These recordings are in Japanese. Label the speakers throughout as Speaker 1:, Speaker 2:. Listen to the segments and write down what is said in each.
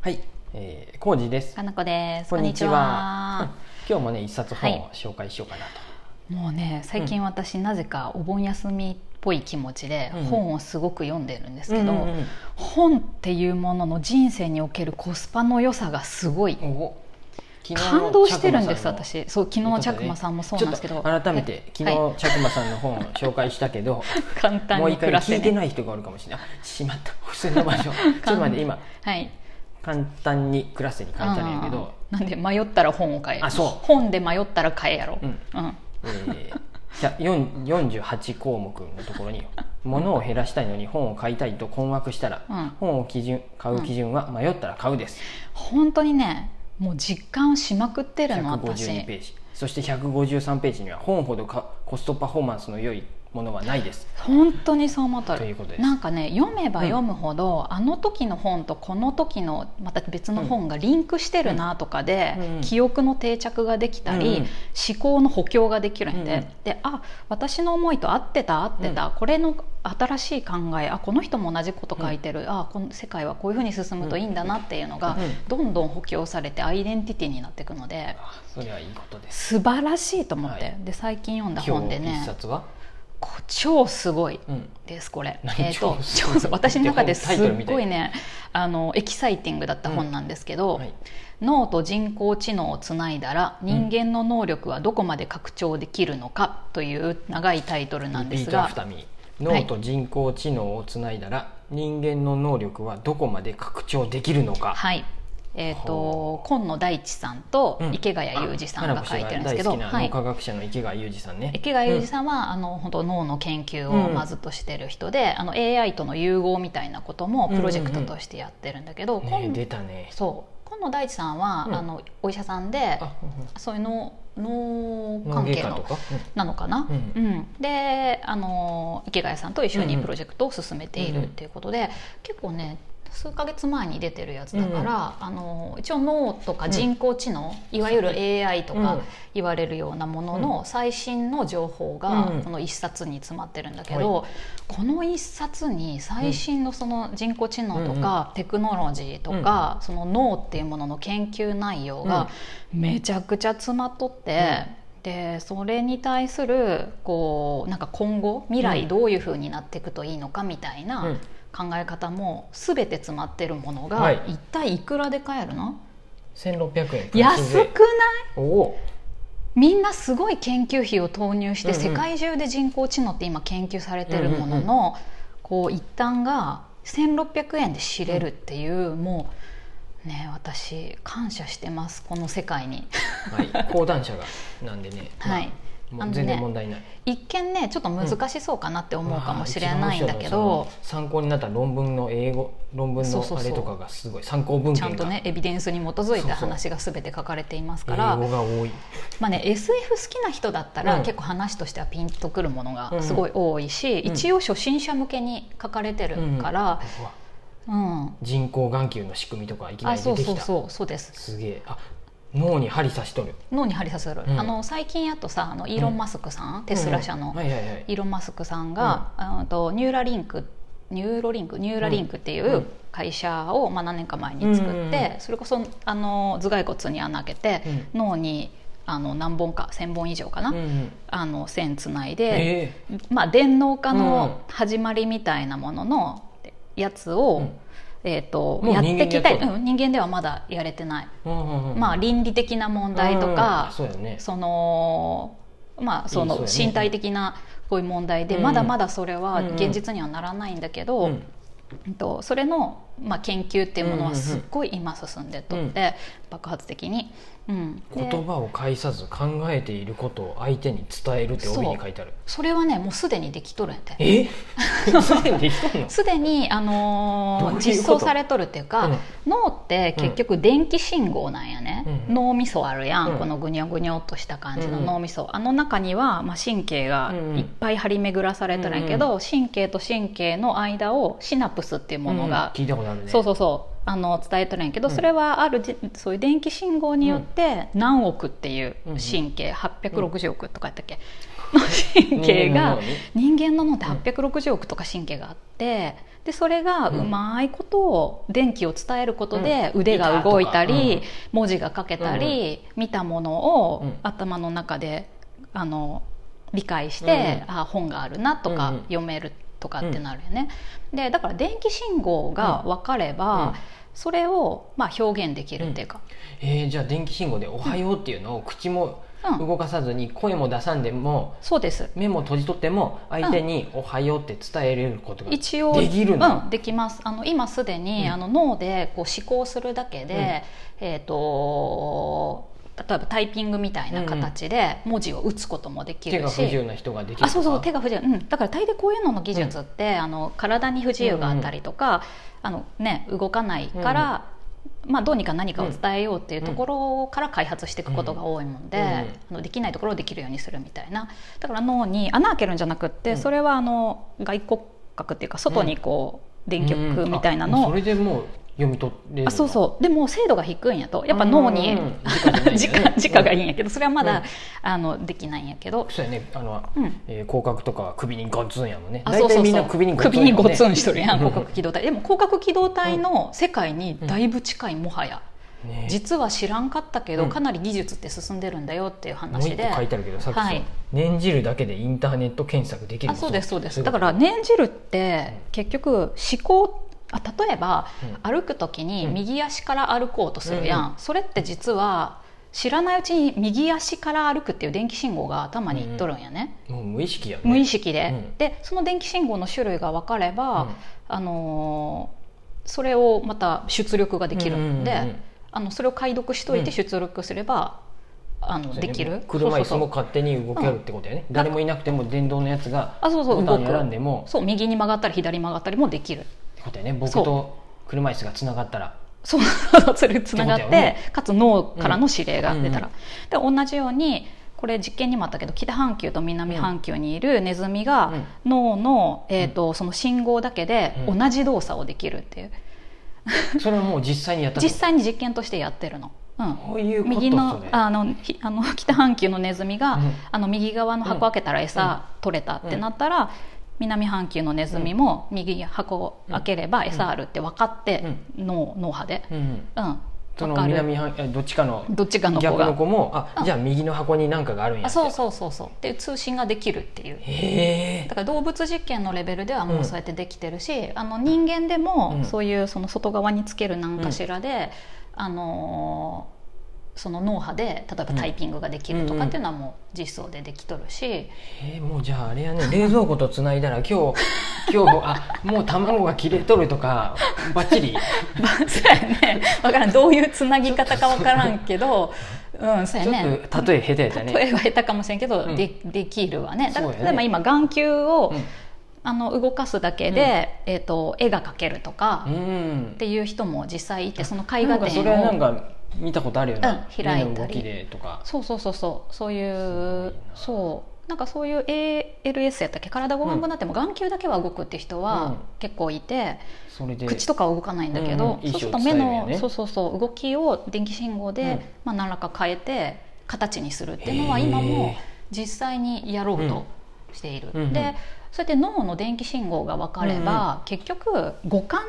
Speaker 1: はい、えー、康二です。
Speaker 2: かなこです。
Speaker 1: こんにちは
Speaker 2: こ。
Speaker 1: うん今日もね一冊本
Speaker 2: は
Speaker 1: を紹介しようかなと。
Speaker 2: んにちは。もうね、最近私なぜかお盆休みっぽい気持ちで
Speaker 1: うん
Speaker 2: 本をすごく読んでるんですけど、
Speaker 1: うんうん
Speaker 2: 本っていうものの人生におけるコスパの良さがすごい
Speaker 1: うんお昨日の
Speaker 2: 感動してるんです
Speaker 1: 着馬さ
Speaker 2: 私。そう昨日の着馬さんもそうなんですけ
Speaker 1: ちょ
Speaker 2: ど、
Speaker 1: っと改めて昨日
Speaker 2: は
Speaker 1: 着馬さんの本を紹介したけど、
Speaker 2: い 簡単
Speaker 1: もう
Speaker 2: に
Speaker 1: 一
Speaker 2: 暮
Speaker 1: 回
Speaker 2: ら
Speaker 1: 聞
Speaker 2: せ
Speaker 1: いて
Speaker 2: ね。
Speaker 1: ない人がおるかもしれない。あしまった。普通の場 所。ちょっと待って今
Speaker 2: はい。
Speaker 1: 簡単に暮らせに書いてあるんやけど、
Speaker 2: うんなんで迷ったら本を買え。
Speaker 1: あそう
Speaker 2: 本で迷ったら買えやろ。
Speaker 1: う
Speaker 2: うんん。
Speaker 1: えーじゃ4 48項目のところに「物を減らしたいのに本を買いたいと困惑したら、
Speaker 2: うん
Speaker 1: 本を基準買う基準は迷ったら買う」です、
Speaker 2: 本当にね、もう実感をしまくってるの私。
Speaker 1: 152ページそして153ページには「本ほどかコストパフォーマンスの良いものはないです
Speaker 2: 本当にそう思ったる
Speaker 1: ということです
Speaker 2: なんかね読めば読むほど、あの時の本とこの時のまた別の本がリンクしてるなとかで、
Speaker 1: うん
Speaker 2: 記憶の定着ができたり、
Speaker 1: うんうん
Speaker 2: 思考の補強ができるん
Speaker 1: う
Speaker 2: で、
Speaker 1: んうん
Speaker 2: であ私の思いと合ってた合ってた、これの新しい考えあこの人も同じこと書いてる、あこの世界はこういうふうに進むといいんだなっていうのが、
Speaker 1: うん
Speaker 2: どんどん補強されてアイデンティティになっていくので
Speaker 1: あそれはいいことです
Speaker 2: 素晴らしいと思って、
Speaker 1: はい
Speaker 2: で最近読んだ
Speaker 1: 今
Speaker 2: 本
Speaker 1: 日
Speaker 2: で
Speaker 1: 一
Speaker 2: ね
Speaker 1: 冊は、
Speaker 2: こ超すごい。
Speaker 1: うん、
Speaker 2: ですこれ、
Speaker 1: 何
Speaker 2: えー、 と
Speaker 1: 超す
Speaker 2: 超
Speaker 1: ごい
Speaker 2: すごい私の中です
Speaker 1: タイ
Speaker 2: っ
Speaker 1: トルみたい
Speaker 2: ごいねあのエキサイティングだった本なんですけど、
Speaker 1: はい、
Speaker 2: 脳と人工知能をつないだら人間の能力はどこまで拡張できるのかという長いタイトルなんで
Speaker 1: リ
Speaker 2: す
Speaker 1: ピートア
Speaker 2: が
Speaker 1: フターミー脳と人工知能をつないだら、人間の能力はどこまで拡張できるのか、
Speaker 2: はいえー、
Speaker 1: ほ
Speaker 2: と今野大地さんと
Speaker 1: うん
Speaker 2: 池谷裕二さんが書いてるんですけ
Speaker 1: あ
Speaker 2: ど、
Speaker 1: 花子氏が大好きな
Speaker 2: は
Speaker 1: 脳
Speaker 2: い
Speaker 1: 科学者の池谷裕二さんね、
Speaker 2: 池谷裕二さんは、あの本当脳の研究をまずっとしてる人で、あの AI との融合みたいなこともプロジェクトとしてやってるんだけど、
Speaker 1: うん
Speaker 2: 今
Speaker 1: ね出たね
Speaker 2: そう今野大地さんは、
Speaker 1: うん
Speaker 2: あのお医者さんで
Speaker 1: あうん
Speaker 2: そういうの
Speaker 1: う
Speaker 2: 脳
Speaker 1: ん脳
Speaker 2: 関
Speaker 1: 外
Speaker 2: 係
Speaker 1: 科と
Speaker 2: の
Speaker 1: か、
Speaker 2: なのかな、
Speaker 1: う
Speaker 2: うんんであの池谷さんと一緒
Speaker 1: うん
Speaker 2: に
Speaker 1: うん
Speaker 2: プロジェクトを進めてい
Speaker 1: うん
Speaker 2: る
Speaker 1: うん
Speaker 2: っていうことで、結構ね数ヶ月前に出てるやつだから、あの一応脳とか人工知能、いわゆる AI と
Speaker 1: うん
Speaker 2: か言われるようなものの最新の情報が
Speaker 1: うん
Speaker 2: この一冊に詰まってるんだけど、この一冊に最新のその人工知能とかテクノロジーとか、その脳っていうものの研究内容がめちゃくちゃ詰まっとって。でそれに対するこうなんか今後未
Speaker 1: うん
Speaker 2: 来どういうふうになっていくといいのかみたい
Speaker 1: うん
Speaker 2: な考え方も全て詰まってるもの
Speaker 1: は
Speaker 2: が
Speaker 1: い
Speaker 2: 一体いくらで買えるの、
Speaker 1: 1600円
Speaker 2: 安くない
Speaker 1: おお
Speaker 2: みんなすごい研究費を投入して、
Speaker 1: うんうん
Speaker 2: 世界中で人工知能って今研究されてるものの、こう一端が1600円で知れるっていう、もうね私感謝してますこの世界に。
Speaker 1: はい、講談社がなんでね、
Speaker 2: はい
Speaker 1: まあ、もう
Speaker 2: あのね
Speaker 1: 全然問題ない、
Speaker 2: 一見ねちょっと難しそうかなって思うかもしれ
Speaker 1: まあ
Speaker 2: ないんだけど
Speaker 1: 一番面白いのは、その参考になった論文の英語論文
Speaker 2: そうそ
Speaker 1: の
Speaker 2: う
Speaker 1: あ
Speaker 2: そう
Speaker 1: れとかがすごい参考文
Speaker 2: ちゃ
Speaker 1: 献
Speaker 2: んと
Speaker 1: が、
Speaker 2: ねエビデンスに基づいた話が全て書かれています
Speaker 1: 英
Speaker 2: から
Speaker 1: 語が多い
Speaker 2: まあね、SF 好きな人だった
Speaker 1: う
Speaker 2: ら
Speaker 1: ん
Speaker 2: 結構話としてはピンとくるものがすごい多いし、
Speaker 1: うん
Speaker 2: 一応初心者向けに書かれてるから、
Speaker 1: うわ
Speaker 2: うん
Speaker 1: 人工眼球の仕組みとかいきな
Speaker 2: あ
Speaker 1: り
Speaker 2: そ
Speaker 1: 出
Speaker 2: う
Speaker 1: てきた
Speaker 2: そうそうそうです
Speaker 1: すげえあ脳に針刺しとる
Speaker 2: 脳に針刺さる、
Speaker 1: うん
Speaker 2: あの最近やとさあのイーロン・マスクさん、テスラ社の、
Speaker 1: うんはいはいはい
Speaker 2: イーロン・マスクさんが、うん、とニューラリンクニューロリンクニューラリンクってい
Speaker 1: うんう
Speaker 2: うん会社を、まあ、何年か前に作
Speaker 1: うんうん
Speaker 2: っ
Speaker 1: う
Speaker 2: てそれこそあの頭蓋骨に穴開けて
Speaker 1: う
Speaker 2: 脳にあの何本か1,000本以上か
Speaker 1: うん
Speaker 2: な
Speaker 1: うん
Speaker 2: あの線つないで
Speaker 1: え
Speaker 2: まあ電脳化の始まりみたいなもののやつ
Speaker 1: う
Speaker 2: を
Speaker 1: ん
Speaker 2: えーと
Speaker 1: もう
Speaker 2: やっ
Speaker 1: 人間
Speaker 2: てき
Speaker 1: で
Speaker 2: た
Speaker 1: やっ
Speaker 2: り
Speaker 1: とる
Speaker 2: うん人間ではまだやれてない
Speaker 1: えうんうんうん
Speaker 2: まあ倫理的な問題と
Speaker 1: うん
Speaker 2: か
Speaker 1: そうだよね
Speaker 2: そのまあそ
Speaker 1: い
Speaker 2: の
Speaker 1: いそうやね
Speaker 2: 身体的なこういう問題で
Speaker 1: うん
Speaker 2: まだまだそれは
Speaker 1: うん
Speaker 2: 現実にはならないんだけど、
Speaker 1: うん
Speaker 2: うんとそれの、まあ、研究っていうものはすっごい今進んでとって、爆発的に、うん、で
Speaker 1: 言葉を介さず考えていることを相手に伝えるって帯に書いてある
Speaker 2: それはねもうすでにできとるんやて
Speaker 1: えすでにできてんの
Speaker 2: すでに、あ
Speaker 1: ど
Speaker 2: の
Speaker 1: ういう
Speaker 2: ー
Speaker 1: こと
Speaker 2: 実装されとるっていうか、
Speaker 1: うん
Speaker 2: 脳って結局電気信号なんやね、
Speaker 1: うん
Speaker 2: 脳みそあるやん、
Speaker 1: うん
Speaker 2: このぐにょぐにょっとした感じの
Speaker 1: うん
Speaker 2: 脳みそ、あの中には、まあ、神経がいっぱい張り巡らされてるんやけど、神経と神経の間をシナプスっていうもの
Speaker 1: うん
Speaker 2: が、
Speaker 1: 聞いたことあるね
Speaker 2: そうそうそうあの伝えとるんやけど、
Speaker 1: うん
Speaker 2: それはあるじそういう電気信号によって何億っていう神経、860億とかやったっけ、 の神経が。
Speaker 1: 人間の脳に
Speaker 2: 人間の脳って860億とか神経があって、でそれがうまいことを電気を伝えることで腕が動いたり文字が書けたり見たものを頭の中であの理解してあ本があるなとか読めるとかってなるよね。でだから電気信号が分かればそれをまあ表現できるっていうか。
Speaker 1: えーじゃあ電気信号で「おはよう」っていうのを口も
Speaker 2: うん
Speaker 1: 動かさずに声も出さんでも
Speaker 2: そうです
Speaker 1: 目も閉じとっても相手に「おはよう」って伝えれることがで
Speaker 2: 一応
Speaker 1: きるの、
Speaker 2: うん、できますあの今すでに、
Speaker 1: うん
Speaker 2: あの脳でこう思考するだけで、えっ、と例えばタイピングみたいな形で文字を打つこともでき
Speaker 1: 手
Speaker 2: る
Speaker 1: が
Speaker 2: し、
Speaker 1: 不自由な人ができるとか
Speaker 2: あそうそう手が不自由、うん、だから大抵こういうのの技術って、あの体に不自由があったりとか、あのね、動かないから、まあ、どうにか何かを伝えようっていうところから開発していくことが多いもんで、
Speaker 1: うんうん
Speaker 2: あのできないところをできるようにするみたいなだから脳に穴開けるんじゃなくって、
Speaker 1: うん
Speaker 2: それはあの外骨格っていうか外にこう電極みたいな
Speaker 1: うん
Speaker 2: の
Speaker 1: あ
Speaker 2: を、
Speaker 1: それでもう読み取れる
Speaker 2: あそうそうでも精度が低いんやとやっぱ脳に、
Speaker 1: うんうんうん直じゃないんだ
Speaker 2: 時
Speaker 1: よね
Speaker 2: 間直がいいんやけどそれはまだ、
Speaker 1: うん
Speaker 2: あのできないんやけど
Speaker 1: う。んそうやねあの、
Speaker 2: うん
Speaker 1: えー、広角とか首にゴツンやもんね
Speaker 2: あ
Speaker 1: 大体みんな首にゴツン
Speaker 2: 首にゴツ
Speaker 1: やもんね
Speaker 2: ンしと るやん広角機動隊でも広角機動隊の世界にだいぶ近いもはや
Speaker 1: ね
Speaker 2: 実は知らんかったけど、
Speaker 1: うん
Speaker 2: かなり技術って進んでるんだよっていう
Speaker 1: もう一
Speaker 2: 話
Speaker 1: 個
Speaker 2: で
Speaker 1: 書いてあるけどさっきさ、
Speaker 2: はい
Speaker 1: 念じるだけでインターネット検索できる
Speaker 2: あそうですそうです
Speaker 1: ごい
Speaker 2: だから念じるって結局思考あ例えば、歩く時に
Speaker 1: うん
Speaker 2: 右足から歩こうとするやん、
Speaker 1: う
Speaker 2: それって実は知らないうちに右足から歩くっていう電気信号が頭にいっとるんやね、
Speaker 1: もう無意識やね
Speaker 2: 無意識で、
Speaker 1: うん
Speaker 2: でその電気信号の種類が分かれば、
Speaker 1: うん
Speaker 2: あのーそれをまた出力ができるんで、
Speaker 1: うんうんうんうん
Speaker 2: あのそれを解読しといて出力すれば、あの
Speaker 1: そうや
Speaker 2: で
Speaker 1: ね
Speaker 2: きる
Speaker 1: 車椅
Speaker 2: そ
Speaker 1: 子
Speaker 2: うそう
Speaker 1: も
Speaker 2: そう
Speaker 1: 勝手に動けるってことやね、誰もいなくても電動のやつが
Speaker 2: あそうそう
Speaker 1: ボタ
Speaker 2: 動
Speaker 1: ン
Speaker 2: く
Speaker 1: 選んでも
Speaker 2: そう右に曲がったり左に曲がったりもできる
Speaker 1: ってことやね僕
Speaker 2: そう
Speaker 1: と車椅子がつながったら
Speaker 2: そうそれつながっ
Speaker 1: っててことだよね
Speaker 2: かつ脳からの指令が出たら
Speaker 1: う、
Speaker 2: で同じようにこれ実験にもあったけど北半球と南半球にいるネズミが脳の、えー、とその信号だけで
Speaker 1: うん
Speaker 2: 同じ動作をできるっていう、
Speaker 1: それはもう実際にやったってこ
Speaker 2: 実
Speaker 1: と
Speaker 2: 際に実験としてやってるの。うん
Speaker 1: こういうこと
Speaker 2: 右の
Speaker 1: それ
Speaker 2: あのひあの 北半球のネズミが、
Speaker 1: うん
Speaker 2: あの右側の箱開けたら餌取れたってなったら、南半球のネズミも右箱開ければ餌あるって分かって、脳脳波で、
Speaker 1: うんうん
Speaker 2: うん、
Speaker 1: そ
Speaker 2: 分
Speaker 1: の
Speaker 2: かる
Speaker 1: 南半えどっちかの
Speaker 2: どっちかの方
Speaker 1: 逆の
Speaker 2: が
Speaker 1: 子もあ
Speaker 2: うん
Speaker 1: じゃあ右の箱に何かがあるんや
Speaker 2: あ
Speaker 1: って
Speaker 2: そうそうそうそうっていう通信ができるっていう
Speaker 1: へえ
Speaker 2: だから動物実験のレベルでは
Speaker 1: う
Speaker 2: もうんそうやってできてるし、あの人間で
Speaker 1: う
Speaker 2: も
Speaker 1: ん
Speaker 2: そういうその外側につける何かしらで、あのーその脳波で例えばタイピングができるとかっていうのはもう実装でできとるし、
Speaker 1: えーもうじゃああれやね冷蔵庫とつないだら今日今日あもう卵が切れとるとかバッチリ
Speaker 2: そうやね分からんどういうつなぎ方か分からん けどうんそう
Speaker 1: ち
Speaker 2: やね
Speaker 1: ょっと例え下手やったね
Speaker 2: 例えば下手かもしれんけど、
Speaker 1: うん
Speaker 2: でできるわねだか
Speaker 1: そう
Speaker 2: ら
Speaker 1: やね
Speaker 2: 例えば今眼球を、
Speaker 1: うん
Speaker 2: あの動かすだけで、えー、と絵が描けるとか
Speaker 1: う、ん
Speaker 2: っていう人も実際いてその絵
Speaker 1: なん
Speaker 2: 画
Speaker 1: か
Speaker 2: 展
Speaker 1: それはなん
Speaker 2: を
Speaker 1: か見たことあるよね
Speaker 2: うん開
Speaker 1: 目
Speaker 2: いたり
Speaker 1: の動きでとか
Speaker 2: そうそうそうそうそういう
Speaker 1: すごいな
Speaker 2: そうなんかそういう ALS やったっけ体ご半分になっても眼球だけは動くって人
Speaker 1: うん
Speaker 2: は結構いて、
Speaker 1: それで
Speaker 2: 口とかは動かないんだけ
Speaker 1: うん
Speaker 2: ど、
Speaker 1: うん意
Speaker 2: そうす
Speaker 1: 思を
Speaker 2: ると目
Speaker 1: 伝えるよ
Speaker 2: の、
Speaker 1: ね
Speaker 2: そうそうそう動きを電気信号で、
Speaker 1: うん
Speaker 2: まあ、何らか変えて形にするっていうのは
Speaker 1: へー
Speaker 2: 今も実際にやろうとしている、
Speaker 1: うんうんうん
Speaker 2: でそうやって脳の電気信号が分かれば、結局五感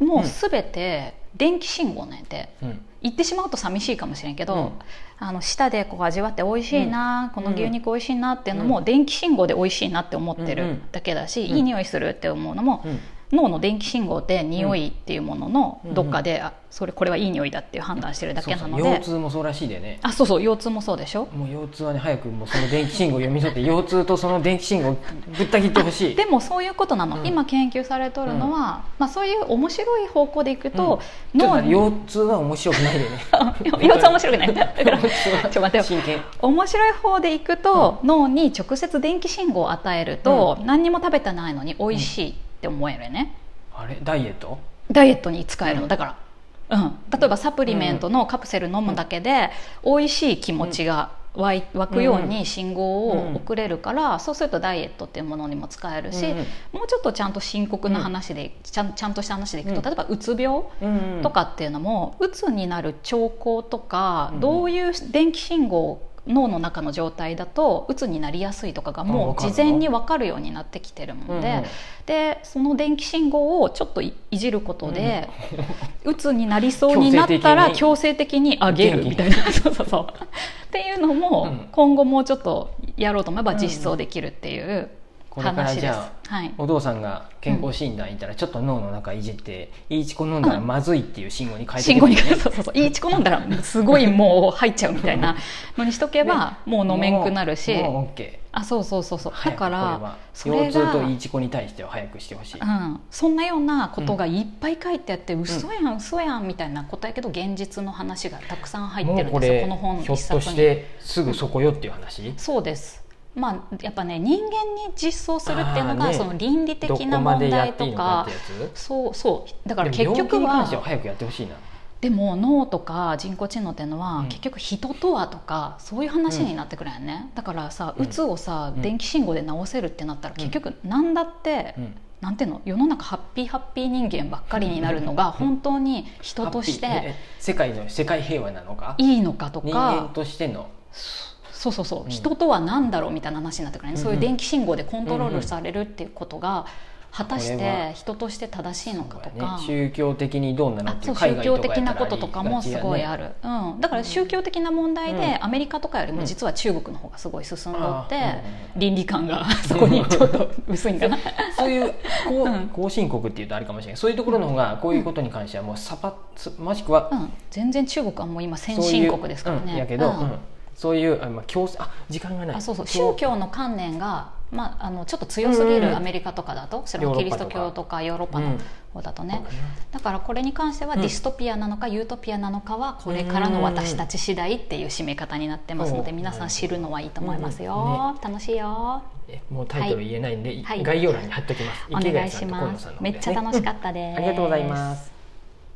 Speaker 2: も全て電気信号なんやて。
Speaker 1: うん
Speaker 2: 言ってしまうと寂しいかもしれんけど、
Speaker 1: うん
Speaker 2: あの舌でこう味わって美味しいな、この牛肉美味しいなっていうのも、
Speaker 1: うん
Speaker 2: 電気信号で美味しいなって思って
Speaker 1: うんう
Speaker 2: る
Speaker 1: ん
Speaker 2: だけだし、
Speaker 1: ん
Speaker 2: いい匂いするって思うのも、
Speaker 1: うん
Speaker 2: 脳の電気信号って匂いっていうもののどっかで、あそれこれはいい匂いだっていう判断してるだけなの
Speaker 1: そう
Speaker 2: で
Speaker 1: そう腰痛もそうらしいでね
Speaker 2: あそうそう腰痛もそうでしょ
Speaker 1: もう腰痛はね早くもうその電気信号を読み取 って腰痛とその電気信号をぶった切ってほしい
Speaker 2: でもそういうことなの、
Speaker 1: うん
Speaker 2: 今研究されとるのは、まあ、そういう面白い方向でいくと、
Speaker 1: ちょっと
Speaker 2: 脳
Speaker 1: 待って
Speaker 2: に
Speaker 1: 腰痛は面白くないでね
Speaker 2: 腰痛面白 くないだから
Speaker 1: 腰痛は
Speaker 2: ちょっと待ってよ
Speaker 1: 真剣
Speaker 2: 面白い方でいくと、脳に直接電気信号を与えると、何にも食べてないのに美味しいって思えるよね、
Speaker 1: あれダイエット
Speaker 2: ダイエットに使えるのだから、うん、例えばサプリメントのカプセル飲むだけで、美味しい気持ちが湧い湧くように信号を送れるから、そうするとダイエットっていうものにも使えるし、
Speaker 1: うん
Speaker 2: もうちょっとちゃんと深刻な話で、ちゃんちゃんとした話でいくと、
Speaker 1: うん
Speaker 2: 例えばうつ病
Speaker 1: うん
Speaker 2: とかっていうのもうつになる兆候とか、
Speaker 1: うん
Speaker 2: どういう電気信号脳の中の状態だとうつになりやすいとかが
Speaker 1: あわ
Speaker 2: もう
Speaker 1: かる
Speaker 2: 事前に分かるようになってきてるもんで,、
Speaker 1: うんうん
Speaker 2: でその電気信号をちょっといいじることで、うつになりそうになったら強
Speaker 1: 強
Speaker 2: 制的に上げ
Speaker 1: 元
Speaker 2: る
Speaker 1: 気に
Speaker 2: みたいなそうそうそうっていうのも、
Speaker 1: うん
Speaker 2: 今後もうちょっとやろうと思えば実装できるっていう
Speaker 1: これから
Speaker 2: 話
Speaker 1: じ
Speaker 2: です。
Speaker 1: ゃ
Speaker 2: はい
Speaker 1: お父さんが健康診断行ったらちょっと脳の中いじって「いいちこ飲んだらまずい」っていう信号に変えて
Speaker 2: 信
Speaker 1: く
Speaker 2: 号
Speaker 1: れ
Speaker 2: に
Speaker 1: る
Speaker 2: そうそうそういいチコ飲んだらすごいもう入っちゃうみたいなのにしとけば、もう飲めんくなるし
Speaker 1: もうもう OK
Speaker 2: あそうそうそうそうだか
Speaker 1: 早
Speaker 2: ら
Speaker 1: くこ
Speaker 2: そ
Speaker 1: れは
Speaker 2: れ
Speaker 1: 腰痛
Speaker 2: が
Speaker 1: といいちこに対しては早くしてほしい、
Speaker 2: うん、そんなようなことがいっぱい書いてあって、嘘やん嘘やんみたいなことやけど現実の話がたくさん入って
Speaker 1: もう
Speaker 2: るん
Speaker 1: こ
Speaker 2: ですよこ
Speaker 1: れ
Speaker 2: の本
Speaker 1: ひょ
Speaker 2: 一
Speaker 1: っと
Speaker 2: 冊
Speaker 1: し
Speaker 2: に。
Speaker 1: てすぐそこよっていう話
Speaker 2: そうですまあやっぱね人間に実装するっていうの
Speaker 1: あー
Speaker 2: が、
Speaker 1: ね
Speaker 2: その倫理
Speaker 1: ど
Speaker 2: 的
Speaker 1: こ
Speaker 2: な
Speaker 1: ま
Speaker 2: 問
Speaker 1: でや
Speaker 2: 題
Speaker 1: っていい
Speaker 2: と
Speaker 1: のかっ
Speaker 2: か
Speaker 1: てやつ
Speaker 2: そうそうだから
Speaker 1: で
Speaker 2: 結
Speaker 1: も
Speaker 2: 局
Speaker 1: 病気に関しては
Speaker 2: は
Speaker 1: 早くやってほしいな
Speaker 2: でも脳とか人工知能っていうのは、
Speaker 1: うん
Speaker 2: 結局人とはとかそういう話になってくるよね、だからさ
Speaker 1: うん
Speaker 2: うつをさ、
Speaker 1: うん
Speaker 2: 電気信号で治せるってなったら、
Speaker 1: うん
Speaker 2: 結局なんだって、
Speaker 1: うん
Speaker 2: なんていうの世の中ハッピーハッピー人間ばっかりになるのが本当に人とし
Speaker 1: ハッピー
Speaker 2: て
Speaker 1: え世界の世界平和なのか
Speaker 2: いいのかと
Speaker 1: 人間
Speaker 2: か
Speaker 1: としての
Speaker 2: そうそうそううん人とは何だろうみたいな話になってくるね、
Speaker 1: うんうん
Speaker 2: そういう電気信号でコントロールされるっていうことが果たし
Speaker 1: これは
Speaker 2: て人として正しいのかとか。
Speaker 1: そうやね宗教的にどうなの
Speaker 2: あ
Speaker 1: ってい
Speaker 2: そうう
Speaker 1: 海
Speaker 2: 宗
Speaker 1: 外
Speaker 2: 教
Speaker 1: とかやっ
Speaker 2: 的
Speaker 1: た
Speaker 2: な
Speaker 1: ら
Speaker 2: こととかもすごいあ
Speaker 1: る
Speaker 2: る、うん、だから宗教的な問題で
Speaker 1: う
Speaker 2: アメリカとかよりも実は中国の方がすごい進んどって
Speaker 1: あーうん
Speaker 2: 倫理観がそこにちょっと薄いんかな
Speaker 1: そういうこう
Speaker 2: うん
Speaker 1: 後進国っていうとあれかもしれないそういうところの方がこういうことに関してはもうさばもしくは
Speaker 2: うん全然中国はもう今先
Speaker 1: そうい
Speaker 2: 進
Speaker 1: う
Speaker 2: 国ですからね
Speaker 1: うんやけど
Speaker 2: うん
Speaker 1: うんそういうあまあ強制あ時間がない
Speaker 2: あそうそう
Speaker 1: 強
Speaker 2: 宗教の観念が、まあ、あのちょっと強すぎ
Speaker 1: うん
Speaker 2: るアメリカとかだと、それもキリスト教とかヨーロッパ
Speaker 1: う
Speaker 2: の
Speaker 1: ん
Speaker 2: 方だとね、だからこれに関してはディストピアなのかユートピアなのかはこれからの私たち次第っていう締め方になってますので
Speaker 1: うん
Speaker 2: 皆さん知るのはいいと思います
Speaker 1: うん
Speaker 2: よ、楽しいよ
Speaker 1: えもうタイトル言えないんで、
Speaker 2: はい
Speaker 1: 概要欄に貼っときます。
Speaker 2: お
Speaker 1: 池
Speaker 2: 願
Speaker 1: 谷
Speaker 2: い
Speaker 1: さ
Speaker 2: し
Speaker 1: んと河
Speaker 2: ま
Speaker 1: 野
Speaker 2: す
Speaker 1: さんの方で
Speaker 2: め
Speaker 1: ね
Speaker 2: っちゃ楽しかったです、
Speaker 1: ありがとうございます。